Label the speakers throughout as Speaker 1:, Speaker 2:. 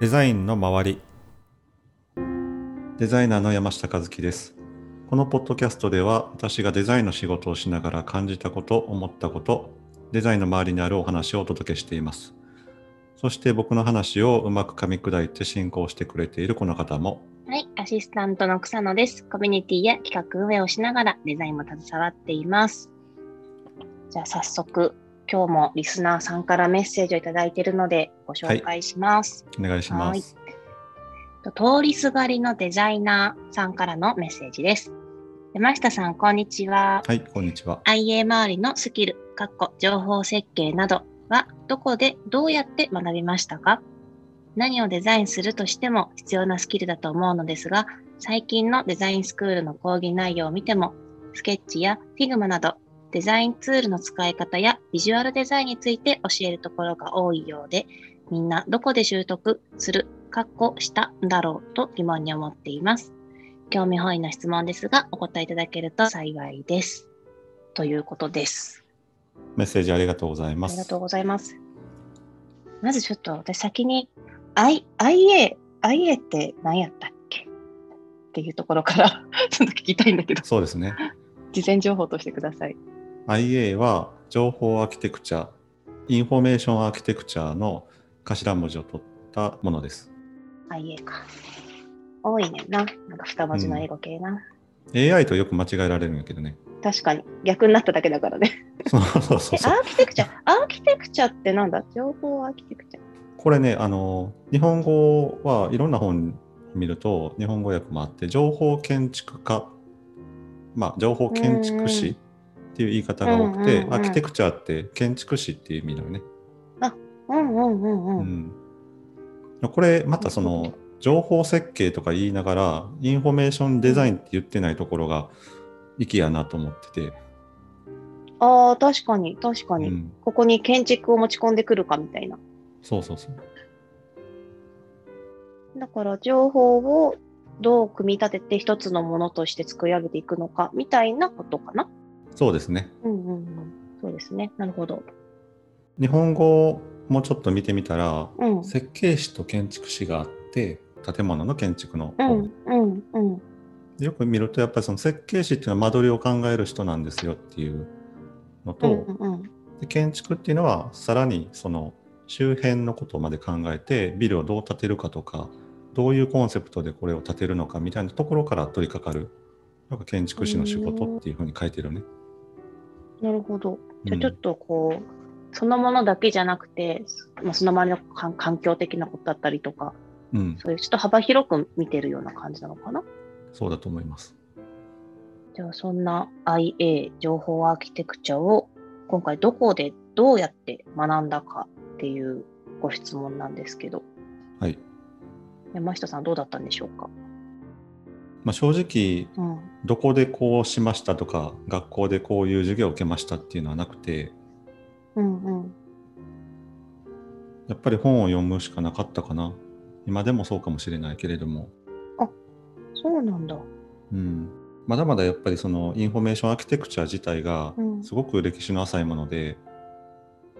Speaker 1: デザインの周りデザイナーの山下和樹ですこのポッドキャストでは私がデザインの仕事をしながら感じたこと思ったことデザインの周りにあるお話をお届けしていますそして僕の話をうまく噛み砕いて進行してくれているこの方も
Speaker 2: はい、アシスタントの草野です。コミュニティや企画運営をしながらデザインも携わっています。じゃあ早速、今日もリスナーさんからメッセージをいただいているのでご紹介します。
Speaker 1: お願いしま
Speaker 2: はい
Speaker 1: す
Speaker 2: と通りすがりのデザイナーさんからのメッセージです。山下さん、こんにちは。
Speaker 1: はい、こんにちは
Speaker 2: IA 周りのスキル、かっこ情報設計などはどこでどうやって学びましたか何をデザインするとしても必要なスキルだと思うのですが、最近のデザインスクールの講義内容を見ても、スケッチや Figma などデザインツールの使い方やビジュアルデザインについて教えるところが多いようで、みんなどこで習得する、かっこしたんだろうと疑問に思っています。興味本位の質問ですが、お答えいただけると幸いです。ということです。
Speaker 1: メッセージありがとうござい
Speaker 2: あ
Speaker 1: ま
Speaker 2: り
Speaker 1: す
Speaker 2: がとうございます。まずちょっと私先に、I、IA、IA って何やったっけっていうところから ちょっと聞きたいんだけど、
Speaker 1: そうですね
Speaker 2: 事前情報としてください。
Speaker 1: IA は情報アーキテクチャインフォメーションアーキテクチャの頭文字を取ったものです
Speaker 2: IA か。多いねんな。なんか二文字の英語系な。
Speaker 1: AI とよく間違えられるんやけど ね。
Speaker 2: 確かに。逆になっただけだからね。
Speaker 1: そうそうそ
Speaker 2: え
Speaker 1: う、そう
Speaker 2: アーキテクチャ、アーキテクチャってなんだ情報アーキテクチャ。
Speaker 1: これね、あの、日本語はいろんな本見ると、日本語訳もあって、情報建築家、まあ、情報建築
Speaker 2: うん
Speaker 1: 士
Speaker 2: うん
Speaker 1: っていう言い方が多くて、
Speaker 2: うんうんうん
Speaker 1: アーキテクチャって建築士っていう意味だよね。
Speaker 2: うんうんうん
Speaker 1: う
Speaker 2: うん。
Speaker 1: ん、これ、またその、情報設計とか言いながら、インフォメーションデザインって言ってないところが、息やなと思ってて、
Speaker 2: ああ、確かに、確か
Speaker 1: う
Speaker 2: に。
Speaker 1: ん、
Speaker 2: ここに建築を持ち込んでくるかみたいな。
Speaker 1: そうそうそう。
Speaker 2: だから情報をどう組み立てて一つのものとして作り上げていくのかみたいなことかな。
Speaker 1: そうですね。
Speaker 2: うんうんうん。そうですね。なるほど。
Speaker 1: 日本語もちょっと見てみたら、
Speaker 2: うん。
Speaker 1: 設計士と建築士があって建物の建築の
Speaker 2: う
Speaker 1: 方、
Speaker 2: んうんうん。
Speaker 1: でよく見るとやっぱりその設計士っていうのは間取りを考える人なんですよっていうのと、
Speaker 2: うんうん
Speaker 1: で建築っていうのはさらにその周辺のことまで考えてビルをどう建てるかとかどういうコンセプトでこれを建てるのかみたいなところから取り掛かるなんか建築士の仕事っていうふうに書いてるよね。
Speaker 2: なるほど。
Speaker 1: う
Speaker 2: じゃあ
Speaker 1: ん
Speaker 2: ちょっとこう、そのものだけじゃなくて、まあ、その周りの環環境的なことだったりとか、
Speaker 1: うん、
Speaker 2: そういうちょっと幅広く見てるような感じなのかな。
Speaker 1: そうだと思います。
Speaker 2: じゃあそんな IA 情報アーキテクチャを今回どこでどうやって学んだかっていうご質問なんですけど
Speaker 1: はい
Speaker 2: 山下さんどうだったんでしょうか、
Speaker 1: まあ、正直
Speaker 2: うん、
Speaker 1: どこでこうしましたとか学校でこういう授業を受けましたっていうのはなくて
Speaker 2: うんうん
Speaker 1: やっぱり本を読むしかなかったかな今でもそうかもしれないけれども、
Speaker 2: そうなんだ
Speaker 1: うん、まだまだやっぱりそのインフォメーションアーキテクチャ自体が
Speaker 2: うん
Speaker 1: すごく歴史の浅いもので、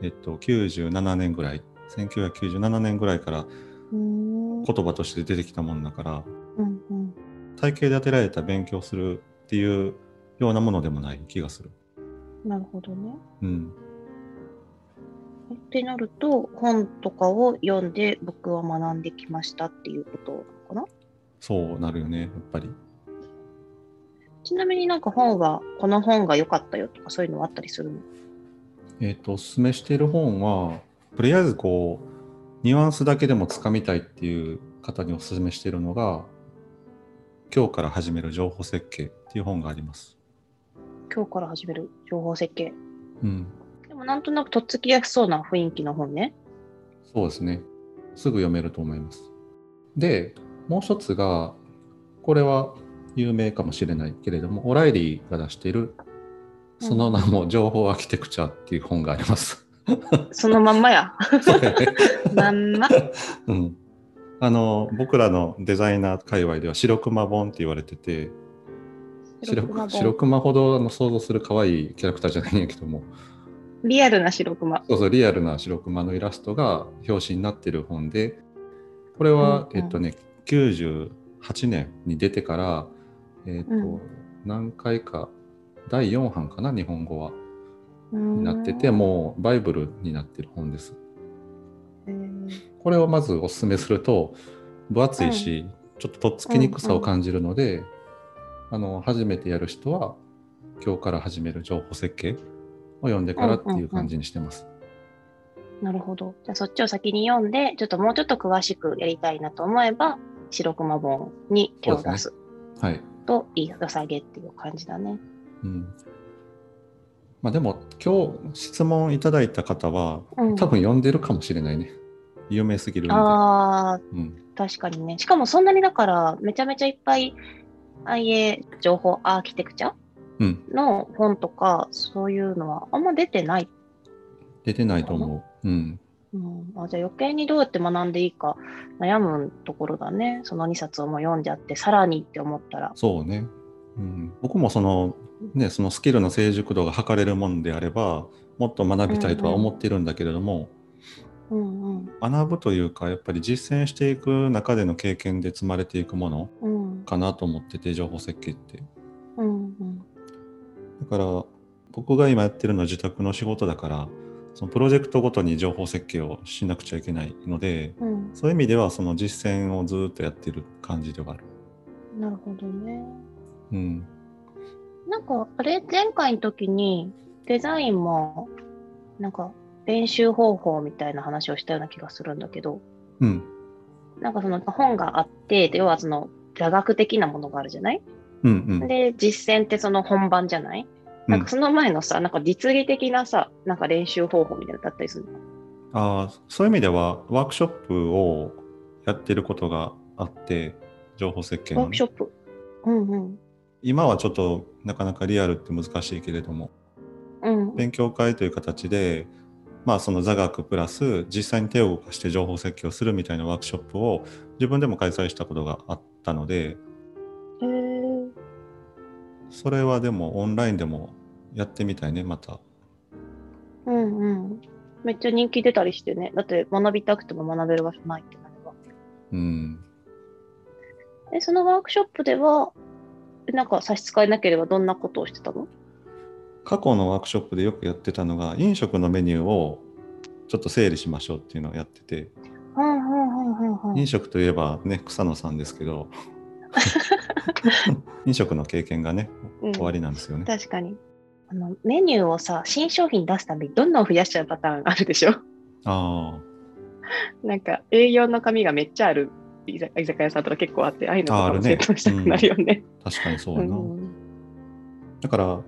Speaker 1: えっと、97年ぐらい1997年ぐらいから
Speaker 2: うーん
Speaker 1: 言葉として出てきたものだから
Speaker 2: うんうん
Speaker 1: 体系立てられた勉強するっていうようなものでもない気がする。
Speaker 2: なるほどね
Speaker 1: うん、
Speaker 2: ってなると本とかを読んで僕は学んできましたっていうことなのかな
Speaker 1: そうなるよねやっぱり。
Speaker 2: ちなみになんか本はこの本が良かったよとかそういうのはあったりするの
Speaker 1: えっ、と、おすすめしている本は、とりあえずこう、ニュアンスだけでもつかみたいっていう方におすすめしているのが、今日から始める情報設計っていう本があります。
Speaker 2: 今日から始める情報設計
Speaker 1: うん、
Speaker 2: でもなんとなくとっつきやすそうな雰囲気の本ね
Speaker 1: そうですね。すぐ読めると思います。で、もう一つが、これは有名かもしれないけれども、オライリーが出している、その名も情報アーキテクチャっていう本があります。
Speaker 2: そのまんまや。
Speaker 1: そうやね
Speaker 2: まんま。
Speaker 1: うん、あの僕らのデザイナー界隈では白熊本って言われてて白熊白熊ほどの想像する可愛いキャラクターじゃないんやけども
Speaker 2: リアルな白熊。
Speaker 1: そうそうリアルな白熊のイラストが表紙になってる本でこれは、
Speaker 2: うんう
Speaker 1: え
Speaker 2: ん
Speaker 1: っとね、98年に出てから、えっと
Speaker 2: うん
Speaker 1: 何回か第4版かな日本語は
Speaker 2: に
Speaker 1: になってて、もうバイブルになってる本です。
Speaker 2: うーん
Speaker 1: これをまずおすすめすると分厚いし、ちょっととっつきにくさを感じるので、あの初めてやる人は今日から始める情報設計を読んでからっていう感じにしてます。
Speaker 2: なるほど。じゃあそっちを先に読んで、ちょっともうちょっと詳しくやりたいなと思えば、白熊本に手を出す
Speaker 1: はい、
Speaker 2: と言い良さげっていう感じだね。
Speaker 1: うんまあ、でも今日質問いただいた方は
Speaker 2: うん、
Speaker 1: 多分読んでるかもしれないね。有名すぎるの
Speaker 2: ああ、
Speaker 1: で。うん
Speaker 2: 確かにね。しかもそんなにだから、めちゃめちゃいっぱい IA 情報アーキテクチャ
Speaker 1: うん、
Speaker 2: の本とか、そういうのはあんま出てない。
Speaker 1: 出てないと思う。うん、
Speaker 2: うん、あじゃあ余計にどうやって学んでいいか悩むところだね。その2冊をもう読んじゃって、さらにって思ったら。
Speaker 1: そうね。うん、僕もその,、ね、そのスキルの成熟度が測れるもんであればもっと学びたいとは思ってるんだけれども、
Speaker 2: うんうん。
Speaker 1: 学ぶというかやっぱり実践していく中での経験で積まれていくもの
Speaker 2: うん
Speaker 1: かなと思ってて情報設計って
Speaker 2: うんうん。
Speaker 1: だから僕が今やってるのは自宅の仕事だからそのプロジェクトごとに情報設計をしなくちゃいけないので
Speaker 2: うん、
Speaker 1: そういう意味ではその実践をずっとやってる感じではある。
Speaker 2: なるほどね。
Speaker 1: うん、
Speaker 2: なんか、あれ、前回の時にデザインも、なんか、練習方法みたいな話をしたような気がするんだけど、
Speaker 1: うん、
Speaker 2: なんかその本があって、で要はその、座学的なものがあるじゃない
Speaker 1: うん、うん、
Speaker 2: で、実践ってその本番じゃないなんかその前のさ、なんか実技的なさ、なんか練習方法みたいなのだったりするの
Speaker 1: あーそういう意味ではワークショップをやってることがあって情報設計
Speaker 2: ワ
Speaker 1: の
Speaker 2: ーク
Speaker 1: ね
Speaker 2: ショップ。うんうん。
Speaker 1: 今はちょっとなかなかリアルって難しいけれども
Speaker 2: うん。
Speaker 1: 勉強会という形で、まあ、その座学プラス実際に手を動かして情報設計をするみたいなワークショップを自分でも開催したことがあったので
Speaker 2: へー
Speaker 1: それはでもオンラインでもやってみたいねまた
Speaker 2: うんうん。めっちゃ人気出たりしてね。だって学びたくても学べる場所ないってなれば。
Speaker 1: うん
Speaker 2: え、そのワークショップでは、なんか差し支えなければどんなことをしてたの
Speaker 1: 過去のワークショップでよくやってたのが飲食のメニューをちょっと整理しましょうっていうのをやってて
Speaker 2: はいはいはいはい
Speaker 1: 飲食といえばね草野さんですけ ど飲食の経験がね
Speaker 2: うん
Speaker 1: 終わりなんですよね、
Speaker 2: 確かに。あのメニューをさ、新商品出すたびにどんどん増やしちゃうパターンあるでしょ
Speaker 1: あ
Speaker 2: なんか栄養の紙がめっちゃある居酒居酒屋さんとか結構あって、ああいうのと
Speaker 1: ああ
Speaker 2: か
Speaker 1: る
Speaker 2: も
Speaker 1: ね
Speaker 2: 生徒したくなるよね。
Speaker 1: あ確かにそう
Speaker 2: う
Speaker 1: やな、
Speaker 2: ん
Speaker 1: だから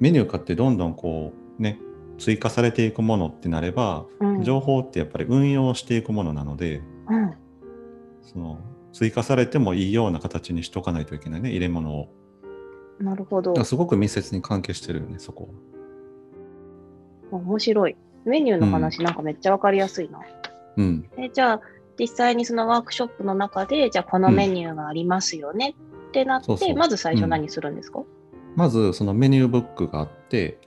Speaker 1: メニュー化ってどんどんこうね追加されていくものってなれば、
Speaker 2: うん
Speaker 1: 情報ってやっぱり運用していくものなので
Speaker 2: うん
Speaker 1: その追加されてもいいような形にしとかないといけないね入れ物を
Speaker 2: なるほど
Speaker 1: だから。すごく密接に関係してるよねそこは
Speaker 2: 面白い。メニューの話なんかめっちゃわかりやすいな。
Speaker 1: うん
Speaker 2: えじゃあ実際にそのワークショップの中でじゃあこのメニューがありますよねってなって、
Speaker 1: そうそう
Speaker 2: まず最初何するんですか、
Speaker 1: まずそのメニューブックがあって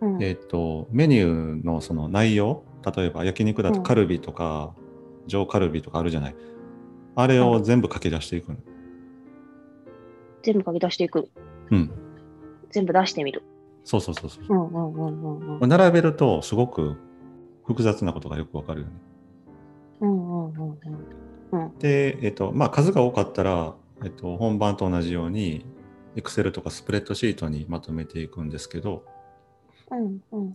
Speaker 2: うん
Speaker 1: えっとメニューのその内容例えば焼肉だ
Speaker 2: う
Speaker 1: と
Speaker 2: ん
Speaker 1: カルビとか、上カルビとかあるじゃないあれを全部書き出していくの、
Speaker 2: 全部書き出していく
Speaker 1: うん、
Speaker 2: 全部出してみる、
Speaker 1: そうそうそうそう、
Speaker 2: うんうんうんうんうん
Speaker 1: これ並べるとすごく複雑なことがよくわかるよね
Speaker 2: うんうんうんうん
Speaker 1: で、えっとまあ、数が多かったら、えっと、本番と同じように Excel とかスプレッドシートにまとめていくんですけど
Speaker 2: うんうん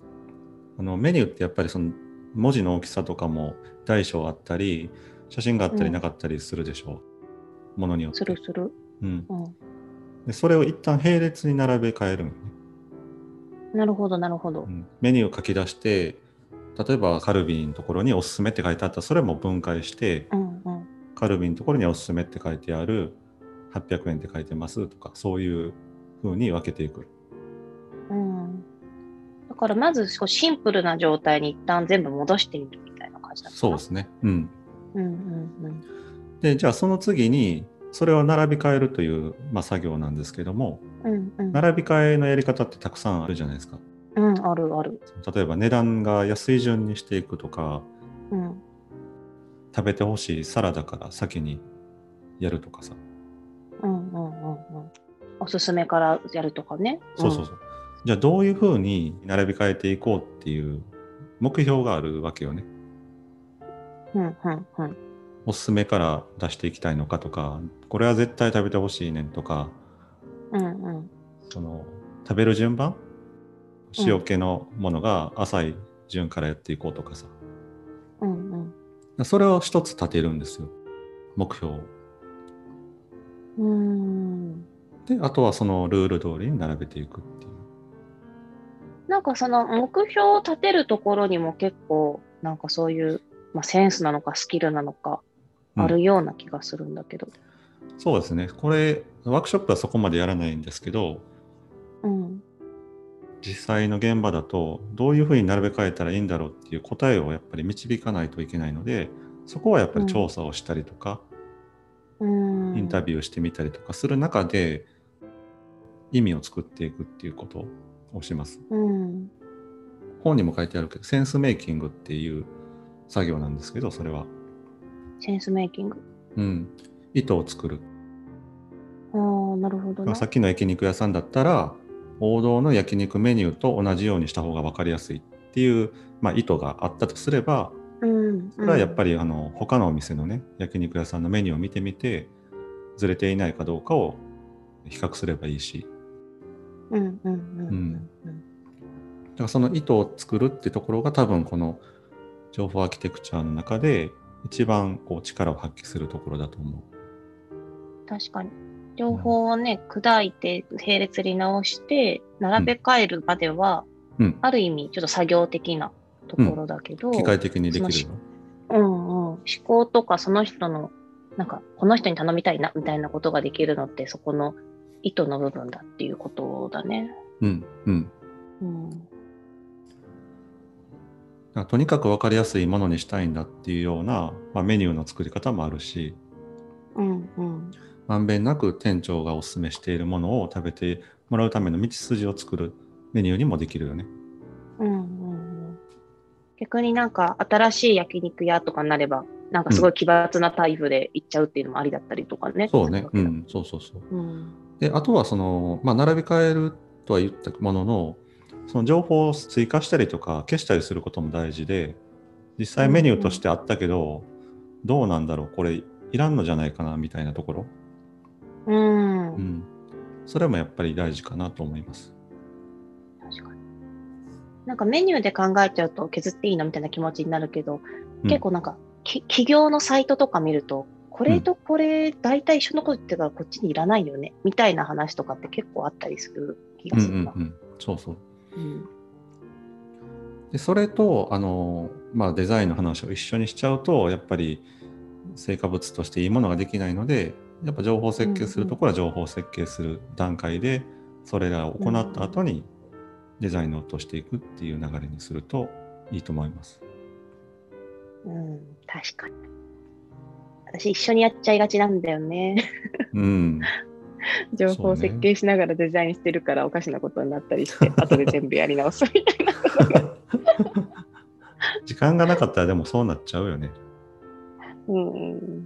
Speaker 1: あのメニューってやっぱりその文字の大きさとかも大小あったり写真があった
Speaker 2: う
Speaker 1: り
Speaker 2: ん
Speaker 1: なかったりするでしょう、ものによって
Speaker 2: するする、
Speaker 1: うん、
Speaker 2: う
Speaker 1: でそれを一旦並列に並べ替えるのね、
Speaker 2: ん、なるほどなるほど
Speaker 1: うんメニューを書き出して例えばカルビーのところにおすすめって書いてあったらそれも分解して
Speaker 2: うんうん
Speaker 1: カルビーのところにおすすめって書いてある800円って書いてますとかそういう風に分けていく
Speaker 2: うんだからまずこうシンプルな状態に一旦全部戻してみるみたいな感じだった
Speaker 1: そうですねうん
Speaker 2: うんうん
Speaker 1: でじゃあその次にそれを並び替えるという、まあ、作業なんですけども
Speaker 2: うんうんうん
Speaker 1: 並び替えのやり方ってたくさんあるじゃないですか
Speaker 2: うんあるある
Speaker 1: 例えば値段が安い順にしていくとか
Speaker 2: うん
Speaker 1: 食べてほしいサラダから先にやるとかさ
Speaker 2: うんうんうんうん。おすすめからやるとかね。
Speaker 1: そうそうそう、じゃあどういうふうに並び替えていこうっていう目標があるわけよね
Speaker 2: うん。うんうんうん。
Speaker 1: おすすめから出していきたいのかとかこれは絶対食べてほしいねんとか
Speaker 2: うんうん。
Speaker 1: その食べる順番塩気のものが浅い順からやっていこうとかさ、
Speaker 2: うんうん。
Speaker 1: それを一つ立てるんですよ目標を
Speaker 2: うーん。
Speaker 1: であとはそのルール通りに並べていくっていう
Speaker 2: なんかその目標を立てるところにも結構なんかそういう、まあ、センスなのかスキルなのかあるような気がするんだけど。
Speaker 1: そうですねこれワークショップはそこまでやらないんですけど
Speaker 2: うん。
Speaker 1: 実際の現場だとどういうふうに並べ替えたらいいんだろうっていう答えをやっぱり導かないといけないのでそこはやっぱり調査をしたりとか、
Speaker 2: うん。
Speaker 1: インタビューしてみたりとかする中で意味を作っていくっていうことをします。
Speaker 2: うん。
Speaker 1: 本にも書いてあるけどセンスメイキングっていう作業なんですけどそれは、
Speaker 2: センスメイキング。
Speaker 1: うん、糸を作る
Speaker 2: ああ、なるほどな。
Speaker 1: さっきの焼肉屋さんだったら王道の焼肉メニューと同じようにした方が分かりやすいっていう、まあ、意図があったとすれば
Speaker 2: うん。そ
Speaker 1: それはやっぱ
Speaker 2: り。
Speaker 1: りあの他のお店のね焼肉屋さんのメニューを見てみてずれていないかどうかを比較すればいいし
Speaker 2: うんうんうんうんうん。
Speaker 1: だからその意図を作るってところが多分この情報アーキテクチャの中で一番こう力を発揮するところだと思
Speaker 2: 確かに。情報をね、砕いて並列に直して、並べ替えるまでは、
Speaker 1: う。うん、
Speaker 2: ある意味、ちょっと作業的なところだけど、
Speaker 1: 機械的にできれば。
Speaker 2: うんうん、思考とかその人の、なんか、この人に頼みたいな、みたいなことができるのって、そこの意図の部分だっていうことだね。
Speaker 1: うんうん、
Speaker 2: うん。
Speaker 1: だからとにかく分かりやすいものにしたいんだっていうような、まあ、メニューの作り方もあるし
Speaker 2: うんうん。
Speaker 1: まんべんなく店長がおすすめしているものを食べてもらうための道筋を作るメニューにもできるよね。
Speaker 2: うんうんうん。逆になんか、新しい焼肉屋とかになれば、なんかすごい奇抜なタイプで行っちゃうっていうのもありだったりとかね。
Speaker 1: そうね、うん、そうそうそう。
Speaker 2: うん。
Speaker 1: であとはその、まあ、並び替えるとは言ったもののその情報を追加したりとか消したりすることも大事で実際メニューとしてあったけど、どうなんだろうこれいらんのじゃないかなみたいなところ、
Speaker 2: うん。
Speaker 1: うん、それもやっぱり大事かなと思います。
Speaker 2: 確かに。なんかメニューで考えちゃうと削っていいのみたいな気持ちになるけど、
Speaker 1: うん
Speaker 2: 結構なんかき企業のサイトとか見ると、これとこれ大体一緒のこと言ってたからこっちにいらないよね、みたいな話とかって結構あったりする気
Speaker 1: うん
Speaker 2: が
Speaker 1: う
Speaker 2: する
Speaker 1: ん
Speaker 2: な。
Speaker 1: うん、そうそう
Speaker 2: うん
Speaker 1: でそれとあの、まあ、デザインの話を一緒にしちゃうとやっぱり成果物としていいものができないのでやっぱ情報設計するところは情報設計する段階でそれらを行った後にデザインを落としていくっていう流れにするといいと思います。
Speaker 2: うん、確かに。私一緒にやっちゃいがちなんだよね。
Speaker 1: うん、
Speaker 2: 情報を設計しながらデザインしてるからおかしなことになったりして、後で全部やり直すみたいな。
Speaker 1: 時間がなかったらでもそうなっちゃうよね。
Speaker 2: うんうんうん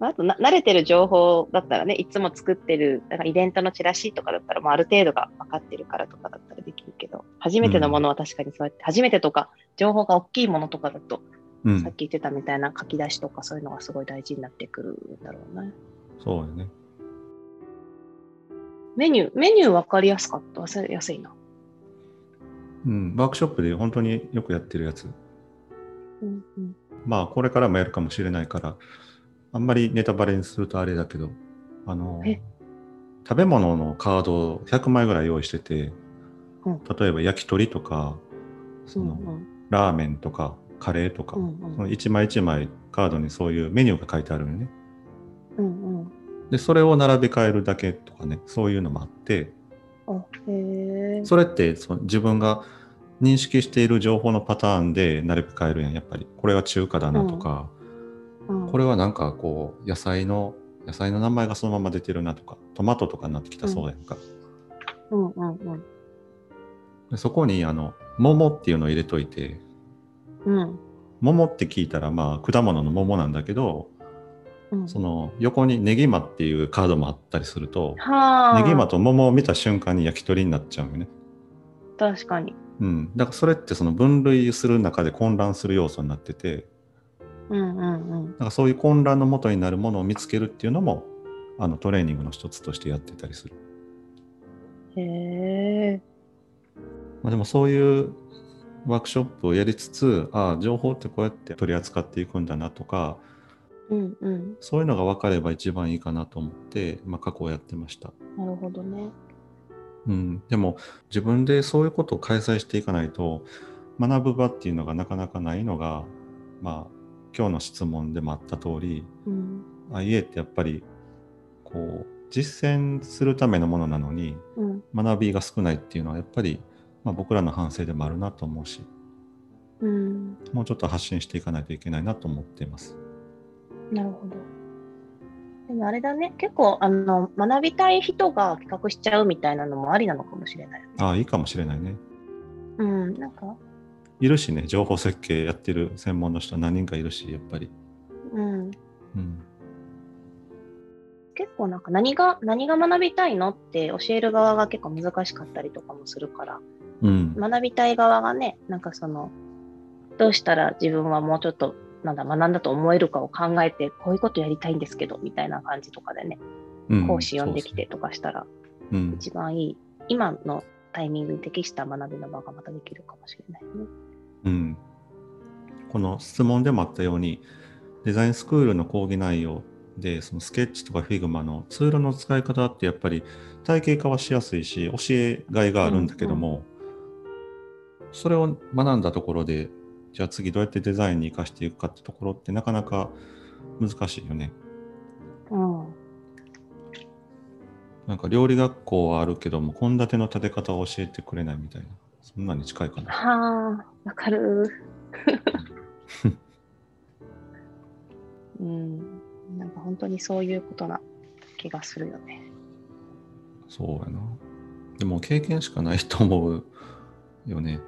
Speaker 2: まあ、あとな慣れてる情報だったらねいつも作ってるなんかイベントのチラシとかだったらもうある程度が分かってるからとかだったらできるけど初めてのものは確かにそうやって、初めてとか情報が大きいものとかだと、
Speaker 1: う
Speaker 2: さっ
Speaker 1: ん、
Speaker 2: き言ってたみたいな書き出しとかそういうのがすごい大事になってくるんだろうな
Speaker 1: そうよね。
Speaker 2: メニューメニュー分かりやすかった忘れやすいな、
Speaker 1: うん、ワークショップで本当によくやってるやつ。
Speaker 2: うんうん、
Speaker 1: まあこれからもやるかもしれないからあんまりネタバレにするとあれだけどあの
Speaker 2: え
Speaker 1: 食べ物のカードを100枚ぐらい用意してて、
Speaker 2: うん
Speaker 1: 例えば焼き鳥とかそ
Speaker 2: うん
Speaker 1: の、ラーメンとかカレーとか、
Speaker 2: うんうん
Speaker 1: その1枚1枚カードにそういうメニューが書いてあるよね
Speaker 2: うんうんうん
Speaker 1: でそれを並べ替えるだけとかねそういうのもあって
Speaker 2: あへえ
Speaker 1: それってその自分が認識している情報のパターンで並べ替えるやんやっぱりこれは中華だなとか、これはなんかこう野菜の野菜の名前がそのまま出てるなとかトマトとかになってきたそうやんか、
Speaker 2: うんうんうん
Speaker 1: でそこにあの桃っていうのを入れといて
Speaker 2: うん
Speaker 1: 桃って聞いたら、まあ、果物の桃なんだけど、
Speaker 2: うん
Speaker 1: その横にネギマっていうカードもあったりすると、
Speaker 2: はあ。
Speaker 1: ネギマと桃を見た瞬間に焼き鳥になっちゃうよね。
Speaker 2: 確かに。
Speaker 1: うん。だからそれってその分類する中で混乱する要素になってて、
Speaker 2: うんうんうん。
Speaker 1: なんかそういう混乱の元になるものを見つけるっていうのも、あのトレーニングの一つとしてやってたりする。
Speaker 2: へえ。
Speaker 1: まあ、でもそういうワークショップをやりつつ、ああ、情報ってこうやって取り扱っていくんだなとか、
Speaker 2: うんうん。
Speaker 1: そういうのが分かれば一番いいかなと思って、まあ、過去をやってました。
Speaker 2: なるほどね。
Speaker 1: うん、でも自分でそういうことを開催していかないと学ぶ場っていうのがなかなかないのが、まあ、今日の質問でもあった通り
Speaker 2: うん。
Speaker 1: IA ってやっぱりこう実践するためのものなのに
Speaker 2: うん。
Speaker 1: 学びが少ないっていうのはやっぱり、まあ、僕らの反省でもあるなと思うし
Speaker 2: うん。
Speaker 1: もうちょっと発信していかないといけないなと思っています。
Speaker 2: なるほど。でもあれだね、結構あの学びたい人が企画しちゃうみたいなのもありなのかもしれない。
Speaker 1: ああいいかもしれないね。
Speaker 2: うん、なんか、
Speaker 1: いるしね情報設計やってる専門の人何人かいるしやっぱり。
Speaker 2: う
Speaker 1: う
Speaker 2: ん、
Speaker 1: ん
Speaker 2: 結構なんか何が何が学びたいのって教える側が結構難しかったりとかもするから、
Speaker 1: うん
Speaker 2: 学びたい側がね、なんかそのどうしたら自分はもうちょっとなんだ学んだと思えるかを考えて、こういうことやりたいんですけどみたいな感じとかでね、
Speaker 1: うん
Speaker 2: 講師呼んで
Speaker 1: そ
Speaker 2: き
Speaker 1: うそ
Speaker 2: てとかしたら
Speaker 1: ううん
Speaker 2: 一番いい、今のタイミングに適した学びの場がまたできるかもしれないね。
Speaker 1: うん、この質問でもあったようにデザインスクールの講義内容でそのスケッチとかフィグマのツールの使い方ってやっぱり体系化はしやすいし教えがいがあるんだけども、それを学んだところでじゃあ次どうやってデザインに生かしていくかってところってなかなか難しいよね。
Speaker 2: うん
Speaker 1: なんか料理学校はあるけども献立の立て方を教えてくれないみたいなそんなに近いかな。
Speaker 2: はあ、わ かる。うん、なんか本当にそういうことな気がするよね。
Speaker 1: そうやな。でも経験しかないと思うよね。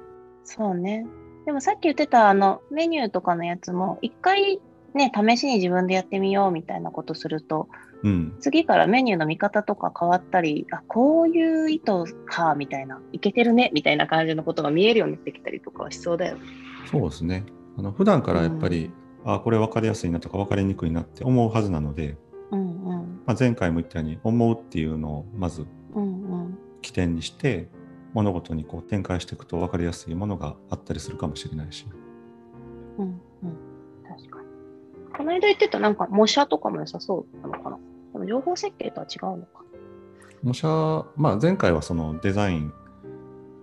Speaker 2: そうね。でもさっき言ってたあのメニューとかのやつも、一回ね、試しに自分でやってみようみたいなことすると、
Speaker 1: うん。
Speaker 2: 次からメニューの見方とか変わったり、あ、こういう意図か、みたいな、いけてるね、みたいな感じのことが見えるようになってきたりとかはしそうだよね。
Speaker 1: そうですね。あの普段からやっぱり、あこれ分かりやすいなとか分かりにくいなって思うはずなので、
Speaker 2: うんうん。
Speaker 1: まあ、前回も言ったように思うっていうのをまず
Speaker 2: うんうん。
Speaker 1: 起点にして物事にこう展開していくと分かりやすいものがあったりするかもしれないし。
Speaker 2: うんうん確かに。この間言ってたなんか模写とかも良さそうなのかな。でも情報設計とは違うのか。
Speaker 1: 模写、まあ、前回はそのデザイン、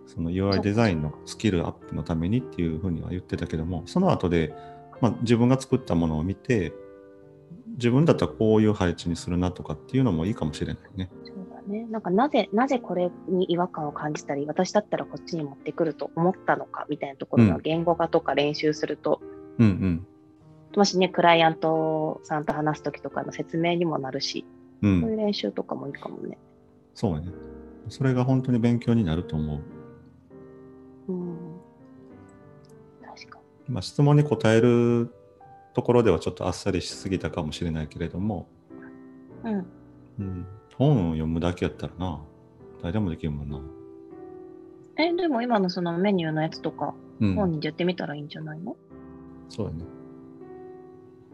Speaker 1: その
Speaker 2: そ
Speaker 1: UI
Speaker 2: う
Speaker 1: デザインのスキルアップのためにっていうふうには言ってたけども、その後で、まあ、自分が作ったものを見て、自分だったらこういう配置にするなとかっていうのもいいかもしれないね。
Speaker 2: そうだね。なんかなぜなぜこれに違和感を感じたり、私だったらこっちに持ってくると思ったのかみたいなところ
Speaker 1: う
Speaker 2: の
Speaker 1: ん
Speaker 2: 言語化とか練習すると、
Speaker 1: うんうん。
Speaker 2: もしねクライアントさんと話す時とかの説明にもなるし、
Speaker 1: う
Speaker 2: そうい
Speaker 1: ん、
Speaker 2: う練習とかもいいかもね。
Speaker 1: そうね。それが本当に勉強になると思う。
Speaker 2: うん。確か
Speaker 1: まあ、質問に答えるところではちょっとあっさりしすぎたかもしれないけれども、
Speaker 2: に。うん。
Speaker 1: うん、本を読むだけやったらな、誰でもできるもんな。
Speaker 2: えでも今のそのメニューのやつとか
Speaker 1: うん、
Speaker 2: 本人でやってみたらいいんじゃないの？
Speaker 1: そうだね。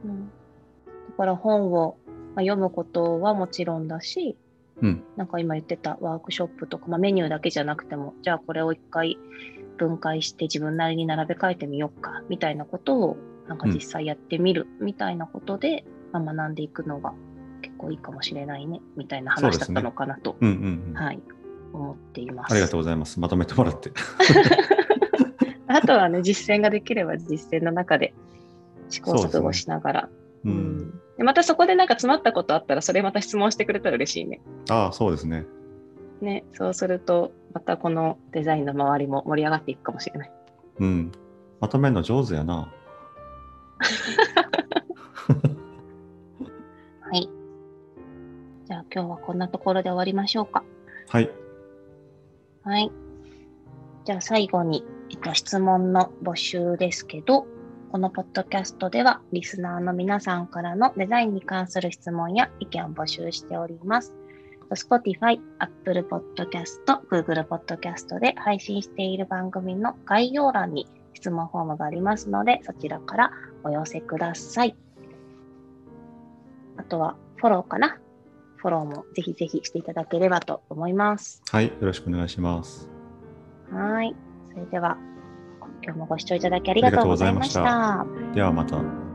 Speaker 2: うんだから本をまあ読むことはもちろんだし、
Speaker 1: うん、
Speaker 2: なんか今言ってたワークショップとか、まあ、メニューだけじゃなくても、じゃあこれを一回分解して自分なりに並べ替えてみようかみたいなことをなんか
Speaker 1: うん
Speaker 2: 実際やってみるみたいなことで、まあ、学んでいくのが結構いいかもしれないねみたいな話だったのかなと、
Speaker 1: うんうんうん。
Speaker 2: はい、思っています。
Speaker 1: ありがとうございます。まとめてもらって。
Speaker 2: あとはね、実践ができれば実践の中で試行錯誤しながら
Speaker 1: う。
Speaker 2: うんん、でまたそこでなんか詰まったことあったらそれまた質問してくれたら嬉しいね。
Speaker 1: ああ、そうですね。
Speaker 2: ねそうするとまたこのデザインの周りも盛り上がっていくかもしれない。
Speaker 1: うん。まとめるの上手や な。
Speaker 2: はい。じゃあ今日はこんなところで終わりましょうか。
Speaker 1: はい。
Speaker 2: はい。じゃあ最後に、えっと、質問の募集ですけど、このポッドキャストでは、リスナーの皆さんからのデザインに関する質問や意見を募集しております。Spotify、Apple Podcast、Google Podcast で配信している番組の概要欄に質問フォームがありますので、そちらからお寄せください。あとは、フォローかなフォローもぜひぜひしていただければと思います。
Speaker 1: はい、よろしくお願いします。
Speaker 2: はーい。それでは、今日もご視聴いただきありがとうございまし
Speaker 1: ありがとうござ
Speaker 2: た。
Speaker 1: ではまた。